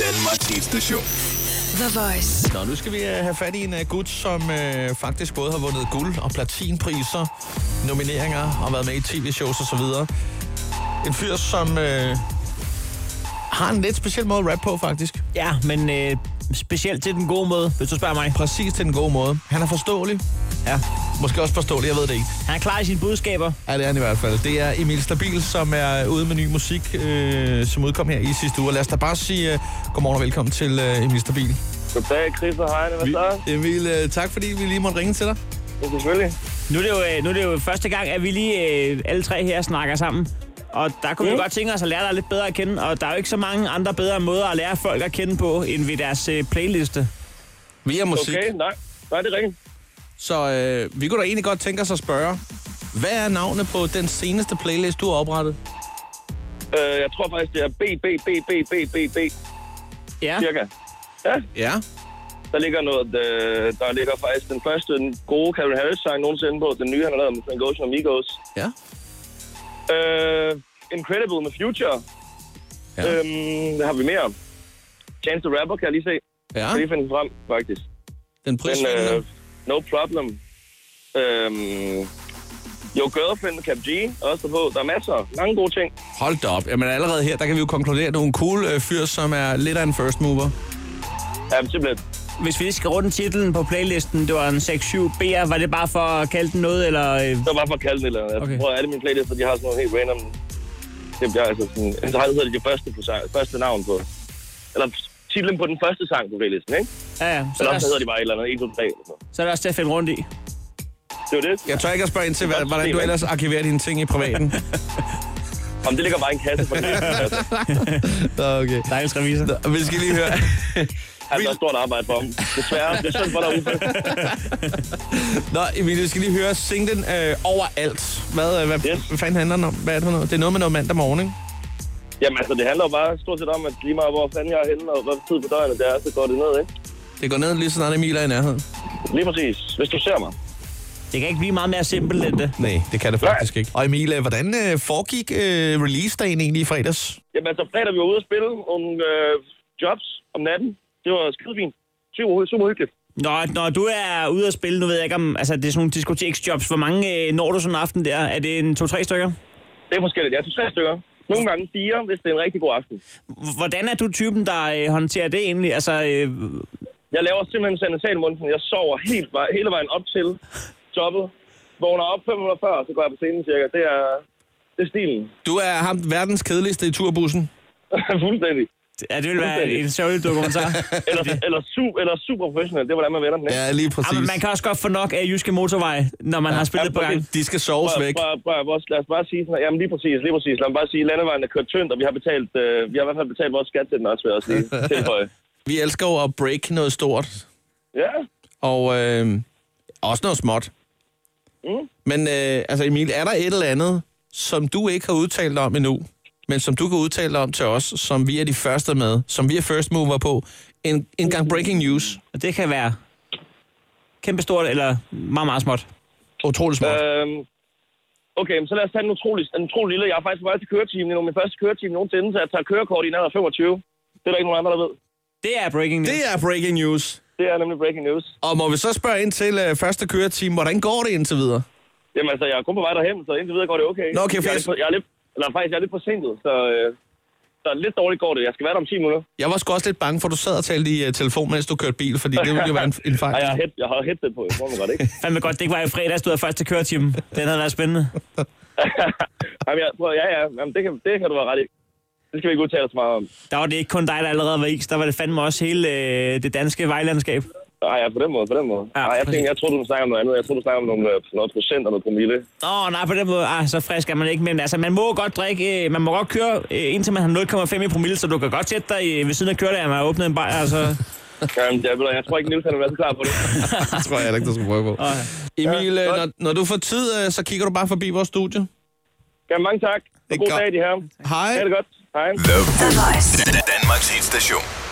Danmarks hitstation. The Voice. Nå, nu skal vi øh, have fat i en uh, gut, som øh, faktisk både har vundet guld og platinpriser, nomineringer og været med i tv-shows osv. En fyr, som øh, har en lidt speciel måde at rappe på, faktisk. Ja, men øh, specielt til den gode måde, hvis du spørger mig. Præcis til den gode måde. Han er forståelig. Ja. Måske også forståelig, jeg ved det ikke. Han er klar i sine budskaber. Ja, det er han i hvert fald. Det er Emil Stabil, som er ude med ny musik, øh, som udkom her i sidste uge. Og lad os da bare sige øh, godmorgen og velkommen til øh, Emil Stabil. Goddag, Chris og Heine. Hvad så? Emil, øh, tak fordi vi lige måtte ringe til dig. Ja, selvfølgelig. Nu er, det jo, øh, nu er det jo første gang, at vi lige øh, alle tre her snakker sammen. Og der kunne vi Mm. godt tænke os at lære dig lidt bedre at kende. Og der er jo ikke så mange andre bedre måder at lære folk at kende på, end ved deres øh, playliste. Via musik. Okay, nej. Nej, det er rigtigt. Så øh, vi kunne da egentlig godt tænke os at spørge, hvad er navnet på den seneste playlist, du har oprettet? Øh, jeg tror faktisk, det er B, B, B, B, B, B, B, Ja, cirka. Ja, Ja. der ligger noget, øh, der ligger faktisk den første den gode Calvin Harris-sang nogensinde på, den nye, han har lavet med Frank Ocean og Migos. Ja. Øh, Incredible med Future. Ja. Ja. Øhm, hvad har vi mere? Chance the Rapper kan jeg lige se. Jeg Ja, kan lige finde den frem, faktisk. den Men prisvindende. øh, No Problem. Øhm, Yo Girlfriend med Cap G er også på. Der er masser. Mange gode ting. Hold da op. Jamen allerede her, der kan vi jo konkludere, at du er en cool øh, fyr, som er lidt af en first mover. Ja, men simpelthen. hvis vi lige skal runde titlen på playlisten, det var en 6-7 BR, var det bare for at kalde den noget, eller... Øh, Det var bare for at kalde det et eller andet. Jeg Okay. okay. prøver alle mine playlister, de har sådan noget helt random. Det bliver altså sådan... Så har det det første, på sang, første navn på... Eller titlen på den første sang på playlisten, ikke? ja, ja, så, er Eller der, også hedder de bare et eller andet 1, 2, 3 eller sådan noget. så er der også til at finde rundt i. Det er jo det. Jeg tør ikke at spørge ind til, hvad- hvordan du ellers arkiverer dine ting i privaten. Om det ligger bare i en kasse for listen. altså. okay. Dejligt revisor. Nå, vi skal lige høre. Altså, der er stort arbejde for dem. Desværre. Det er synd for dig, Uffe. Nå, Emil, vi skal lige høre singlen øh, overalt. Hvad, øh, hvad, yes. Yes. hvad fanden handler den om? Hvad er det for noget? Det er noget med noget mandag morgen, ikke? Jamen, altså, det handler jo bare stort set om, at lige meget hvor fanden jeg er henne, og hvad tid på døgnet det er, så går det ned, ikke? Det går ned lige så snart Emil er i nærheden. Lige præcis. Hvis du ser mig. Det kan ikke blive meget mere simpelt end det. Nej, det kan det faktisk ikke. Og Emil, øh, hvordan øh, foregik øh, release-dagen egentlig i fredags? Jamen, altså, fredag vi var ude og spille nogle øh, jobs om natten. Det var skidefint. Super, super hyggeligt. Nå, når du er ude at spille, nu ved jeg ikke om... Altså, det er sådan nogle diskoteksjobs. Hvor mange øh, når du sådan en aften der? Er det en to-tre stykker? Det er forskelligt. Jeg er til tre stykker. Nogle gange fire, hvis det er en rigtig god aften. H- Hvordan er du typen, der øh, håndterer det egentlig? Altså, øh, Jeg laver simpelthen sanitalmunden. Jeg sover helt vej, hele vejen op til jobbet. Vågner op 540, så går jeg på scenen cirka. Det er, det er stilen. Du er ham verdens kedeligste i turbussen. Fuldstændig. er det vil være en sørgelig dokumentar? Eller, eller, su- eller super professionel. Det er, hvordan man vender den. ikke? Ja, lige præcis. Jamen, man kan også godt få nok af Jyske Motorvej, når man har spillet ja, på gang. præcis. De skal soves Prøv- væk. prøv- prøv- prøv- Lad os bare sige sådan, jamen lige præcis, lige præcis. Lad mig bare sige, landevejen er kørt tyndt, og vi har betalt, øh, vi har i hvert fald betalt vores skat til den også, vil jeg også lige tilføje. Vi elsker jo at break noget stort, Ja, og øh, også noget småt. Mm. Men øh, altså Emil, er der et eller andet, som du ikke har udtalt om endnu, men som du kan udtale dig om til os, som vi er de første med, som vi er first mover på, en, en gang breaking news. Og det kan være kæmpestort eller meget, meget småt. Utrolig småt. Øhm, okay, men så lad os tage den utrolig, en utrolig lille. Jeg er faktisk på vej til køretimen. Det er min første køretime nogensinde, så jeg tager kørekort i en alder af 25. Det er der ikke nogen andre, der ved. Det er breaking news. Det er breaking news. Det er nemlig breaking news. Og må vi så spørge ind til øh, første køretime, hvordan går det indtil videre? Jamen altså, jeg er kun på vej derhen, så indtil videre går det okay. Nå, okay, jeg, er faktisk- lidt, for- jeg er lidt, eller faktisk, jeg er lidt forsinket, så, øh, så lidt dårligt går det. Jeg skal være der om 10 minutter. Jeg var sgu også lidt bange for, at du sad og talte i uh, telefon, mens du kørte bil, fordi det ville jo være en, en fejl. Ej, jeg har, head, jeg har headset på, jeg tror man godt, ikke? Fandme godt, det ikke var i fredags, du havde første køretime. Den havde været spændende. Jamen, jeg, prøv, ja, ja. Jamen, det, kan, det kan du være ret i. Det skal vi ikke udtale os meget om. Der var det ikke kun dig, der allerede var is. Der var det fandme også hele øh, det danske vejlandskab. Nej, ja, på den måde, på den måde. Ja, Ja, Ej, jeg, præcis. tænkte, jeg troede, du snakkede om noget andet. Jeg troede, du snakkede om nogle, øh, noget procent og noget promille. Åh, oh, nej, på den måde, ah, så frisk er man ikke. Men altså, man må godt drikke, øh, man må godt køre, øh, indtil man har 0,5 i promille, så du kan godt sætte dig øh, ved siden af kørelæren og åbne en bajer, altså. Jamen, jeg, ved, du, jeg tror ikke, Nils han er så klar på det. Det tror jeg heller ikke, du skal prøve på. Emil, øh, når, når du får tid, øh, så kigger du bare forbi vores studie. Jamen, mange tak. Og god godt. dag, de her. Hej. Ha' det godt. Hej. The Voice. Danmarks hitstation.